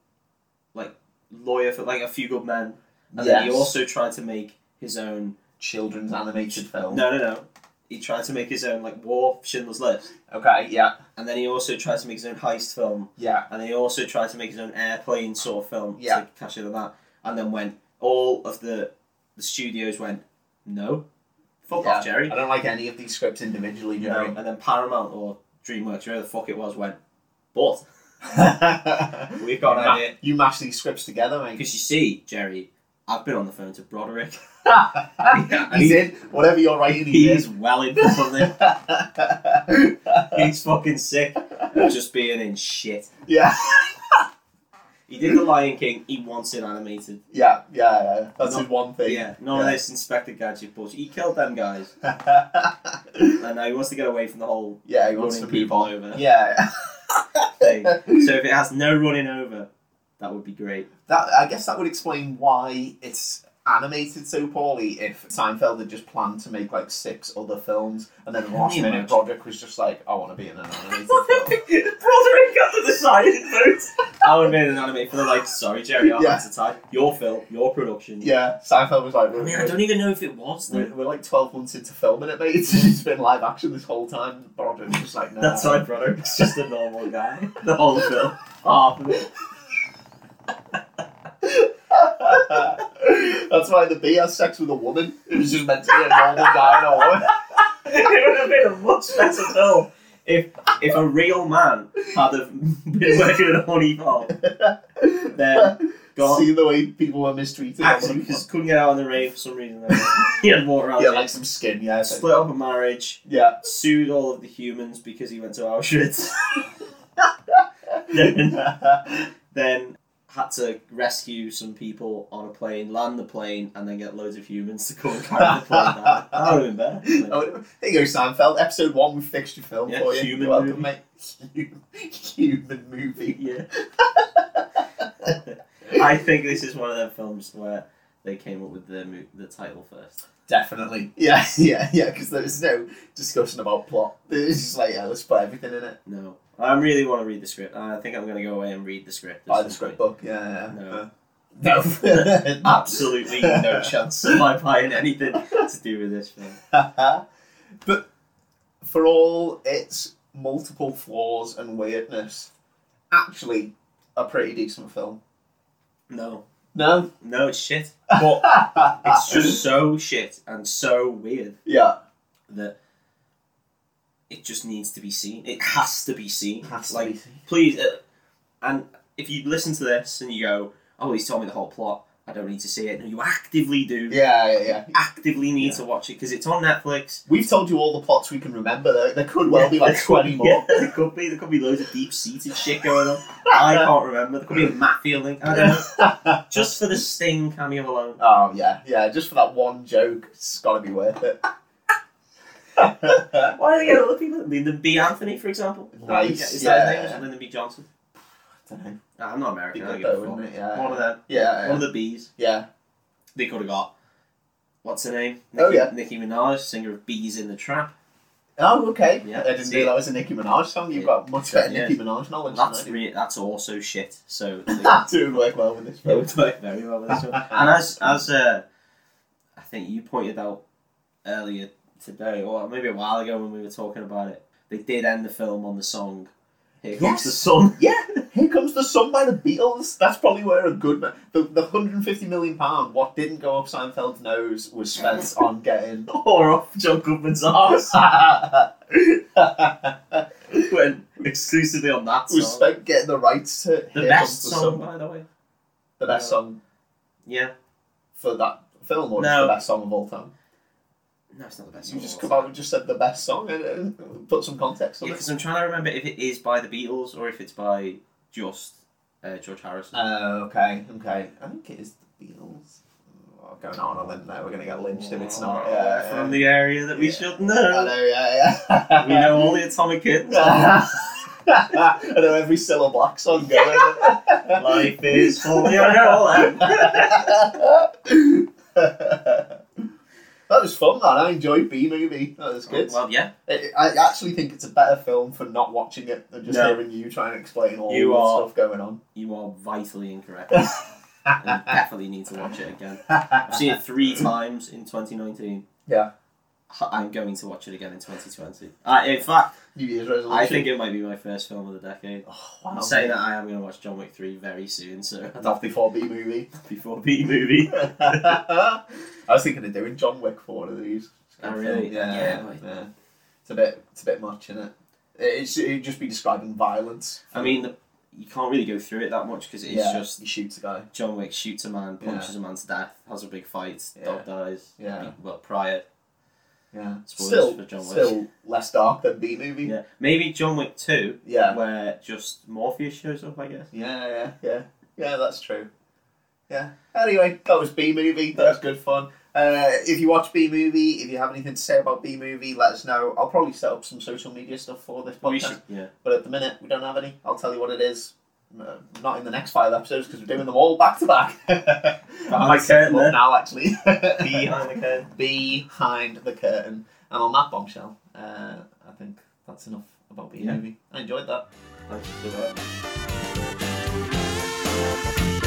Speaker 2: like lawyer for like a few good men, and then he
Speaker 1: Yes.
Speaker 2: also tried to make his own
Speaker 1: children's animated film.
Speaker 2: No, no, no. He tried to make his own like war Schindler's List,
Speaker 1: Okay, yeah,
Speaker 2: and then he also tried to make his own heist film,
Speaker 1: yeah.
Speaker 2: and then he also tried to make his own airplane sort of film
Speaker 1: Yeah.
Speaker 2: to cash in on that, and then went all of the the studios went no, fuck
Speaker 1: yeah.
Speaker 2: off Jerry,
Speaker 1: I don't like any of these scripts individually,
Speaker 2: you know,
Speaker 1: Jerry.
Speaker 2: and then Paramount or DreamWorks, whoever the fuck it was, went but we've got an
Speaker 1: Ma-
Speaker 2: idea
Speaker 1: You mash these scripts together, mate.
Speaker 2: because you see Jerry, I've been on the phone to Broderick,
Speaker 1: he did. Whatever you're writing, he
Speaker 2: he's
Speaker 1: did.
Speaker 2: well in for something, he's fucking sick of just being in shit.
Speaker 1: yeah,
Speaker 2: He did the Lion King. He wants it animated.
Speaker 1: yeah, yeah, yeah. That's
Speaker 2: Not-
Speaker 1: his one
Speaker 2: But
Speaker 1: thing.
Speaker 2: yeah, none of this Inspector Gadget bullshit. He killed them guys, and now he wants to get away from the whole
Speaker 1: yeah, he wants
Speaker 2: running
Speaker 1: to move
Speaker 2: people
Speaker 1: on.
Speaker 2: over
Speaker 1: Yeah.
Speaker 2: thing. So if it has no running over, that would be great.
Speaker 1: That I guess that would explain why it's animated so poorly. If Seinfeld had just planned to make like six other films, and then the
Speaker 2: Can
Speaker 1: last
Speaker 2: you
Speaker 1: minute
Speaker 2: imagine?
Speaker 1: Broderick was just like, "I want to be in an animated film."
Speaker 2: Broderick got to the side and votes. I would have made an anime for the like. Sorry, Jerry, I'll
Speaker 1: Yeah.
Speaker 2: have to type your film, your production.
Speaker 1: Yeah, Seinfeld was like,
Speaker 2: I
Speaker 1: "We're,
Speaker 2: mean, I don't even know if it was. Though.
Speaker 1: we're, we're like twelve months into filming it, mate. It's just been live action this whole time." Broderick's just like, "No."
Speaker 2: That's my brother. It's just a normal guy. The whole film, half of it.
Speaker 1: That's why the bee has sex with a woman. It was just meant to be a normal guy and a woman.
Speaker 2: it would have been a much better film if if a real man had have been working in a honey farm. Then gone
Speaker 1: See the way people were mistreated. on
Speaker 2: actually
Speaker 1: the-
Speaker 2: because couldn't get out in the rain for some reason. he had water out.
Speaker 1: yeah, like some skin. Yeah, so-
Speaker 2: split up a marriage,
Speaker 1: yeah.
Speaker 2: sued all of the humans because he went to Auschwitz. then had to rescue some people on a plane, land the plane, and then get loads of humans to come and carry the plane down. I would have been better.
Speaker 1: I would- There you go, Seinfeld. Episode one, we fixed your film
Speaker 2: Yeah,
Speaker 1: for you.
Speaker 2: human
Speaker 1: You're welcome,
Speaker 2: movie.
Speaker 1: mate. human movie.
Speaker 2: Yeah. I think this is one of them films where they came up with the mo- the title first.
Speaker 1: Definitely. Yeah, yeah, yeah. Because there's no discussion about plot. It's just like, yeah, let's put everything in it.
Speaker 2: No, I really want to read the script. I think I'm gonna go away and read the script.
Speaker 1: Buy the script book. Yeah.
Speaker 2: No.
Speaker 1: yeah. Uh, no.
Speaker 2: Absolutely no chance of my buying anything to do with this film.
Speaker 1: but for all its multiple flaws and weirdness, actually a pretty decent film.
Speaker 2: No,
Speaker 1: No,
Speaker 2: no, it's shit. But
Speaker 1: but
Speaker 2: it's just so shit and so weird
Speaker 1: yeah,
Speaker 2: that it just needs to be seen. It has to be seen.
Speaker 1: has to
Speaker 2: like
Speaker 1: be.
Speaker 2: please. Uh, and if you listen to this and you go, "Oh, he's told me the whole plot. I don't need to see it," and you actively do,
Speaker 1: yeah, yeah, yeah.
Speaker 2: actively need to watch it because it's on Netflix.
Speaker 1: We've told you all the plots we can remember. There, there could well be like
Speaker 2: Yeah,
Speaker 1: twenty more.
Speaker 2: Yeah, there could be. There could be loads of deep seated shit going on. I can't remember. There could be a mafia link. I don't know. Just for the Sting cameo alone.
Speaker 1: oh yeah, yeah. Just for that one joke, it's got to be worth it. I
Speaker 2: Why do they get other people? Lyndon B. Anthony, for example.
Speaker 1: Nice,
Speaker 2: Is that
Speaker 1: yeah.
Speaker 2: his name? Is it Lyndon B. Johnson?
Speaker 1: don't know.
Speaker 2: Nah, I'm not
Speaker 1: Be
Speaker 2: American. I don't
Speaker 1: good
Speaker 2: give a
Speaker 1: though,
Speaker 2: fuck.
Speaker 1: wouldn't it? Yeah,
Speaker 2: One of them.
Speaker 1: yeah,
Speaker 2: One of
Speaker 1: yeah.
Speaker 2: the bees.
Speaker 1: yeah.
Speaker 2: They could have got. What's her name? Nicki,
Speaker 1: Oh, yeah.
Speaker 2: Nicki Minaj, singer of Bees in the Trap.
Speaker 1: Oh, okay.
Speaker 2: Yeah,
Speaker 1: I didn't
Speaker 2: see
Speaker 1: know
Speaker 2: it.
Speaker 1: that was a Nicki Minaj song. You've got much better
Speaker 2: Yeah.
Speaker 1: Nicki Minaj knowledge. than I
Speaker 2: That's
Speaker 1: do.
Speaker 2: re- that's also shit. So they-
Speaker 1: That would work well with this
Speaker 2: they
Speaker 1: film.
Speaker 2: would work very well with this one. And as as uh, I think you pointed out earlier today, or maybe a while ago when we were talking about it, they did end the film on the song "Here Comes the
Speaker 1: Yes.
Speaker 2: Sun."
Speaker 1: yeah, here comes the sun by the Beatles. That's probably where a good ma- the the hundred and fifty million pound what didn't go up Seinfeld's nose was spent on getting.
Speaker 2: Or off John Goodman's arse
Speaker 1: was
Speaker 2: when exclusively on that song.
Speaker 1: spent getting the rights to
Speaker 2: the
Speaker 1: Here Comes
Speaker 2: best
Speaker 1: the
Speaker 2: song,
Speaker 1: Sun.
Speaker 2: by the way.
Speaker 1: the best song
Speaker 2: Yeah,
Speaker 1: for that film, or
Speaker 2: No.
Speaker 1: just the best song of all time.
Speaker 2: no, it's not the best.
Speaker 1: You
Speaker 2: song
Speaker 1: just
Speaker 2: of all
Speaker 1: come out and just said the best song and, and put some context
Speaker 2: time.
Speaker 1: on
Speaker 2: Yeah,
Speaker 1: it.
Speaker 2: because I'm trying to remember if it is by the Beatles or if it's by just uh, George Harrison.
Speaker 1: Oh, okay, okay. I think it is the Beatles. Oh, going out on a limb there. We're gonna get lynched if it's not. uh,
Speaker 2: Oh,
Speaker 1: Yeah, yeah.
Speaker 2: from the area that we
Speaker 1: Yeah.
Speaker 2: should
Speaker 1: I
Speaker 2: know.
Speaker 1: know, yeah, yeah.
Speaker 2: We know all the Atomic Kids.
Speaker 1: I know every syllable black song going.
Speaker 2: Life is full. Yeah, I know all that.
Speaker 1: that was fun, man. I enjoyed B movie. That was good.
Speaker 2: Well, yeah,
Speaker 1: I I actually think it's a better film for not watching it than just
Speaker 2: No.
Speaker 1: hearing you try and explain all
Speaker 2: You
Speaker 1: the
Speaker 2: are-
Speaker 1: stuff going on.
Speaker 2: you are vitally incorrect. and you definitely need to watch it again. I've seen it three times in 2019.
Speaker 1: Yeah.
Speaker 2: H- I'm going to watch it again in 2020. Uh, in fact,
Speaker 1: New Year's resolution.
Speaker 2: I think it might be my first film of the decade.
Speaker 1: Oh,
Speaker 2: I'm saying that I am going to watch John Wick 3 very soon, so
Speaker 1: Not before B movie.
Speaker 2: before B movie.
Speaker 1: I was thinking of doing John Wick for one of these.
Speaker 2: Oh, really?
Speaker 1: Yeah,
Speaker 2: Yeah,
Speaker 1: yeah,
Speaker 2: like-
Speaker 1: It's a bit, it's a bit much, isn't it? It's it'd just be describing violence.
Speaker 2: I mean, the, you can't really go through it that much because it's
Speaker 1: yeah,
Speaker 2: just
Speaker 1: he shoots a guy.
Speaker 2: John Wick shoots a man, punches a man to death, has a big fight, dog dies.
Speaker 1: Yeah.
Speaker 2: Well, prior.
Speaker 1: Yeah,
Speaker 2: Spoilers
Speaker 1: still,
Speaker 2: for John Wick.
Speaker 1: still less dark than B movie.
Speaker 2: Yeah. Maybe John Wick 2
Speaker 1: yeah,
Speaker 2: where just Morpheus shows up, I guess.
Speaker 1: yeah, yeah, yeah. Yeah, that's true. Yeah. Anyway, that was B movie. That was good fun. Uh, if you watch B movie, if you have anything to say about B movie, let us know. I'll probably set up some social media stuff for this podcast.
Speaker 2: We should, yeah.
Speaker 1: But at the minute, we don't have any. I'll tell you what it is. Uh, not in the next five episodes because we're doing them all back to back. I
Speaker 2: the
Speaker 1: set them
Speaker 2: curtain
Speaker 1: up
Speaker 2: there.
Speaker 1: now, actually.
Speaker 2: Behind the curtain.
Speaker 1: Behind the curtain. And on that bombshell, uh, I think that's enough about being
Speaker 2: Yeah.
Speaker 1: movie. I enjoyed that.
Speaker 2: Thanks for that.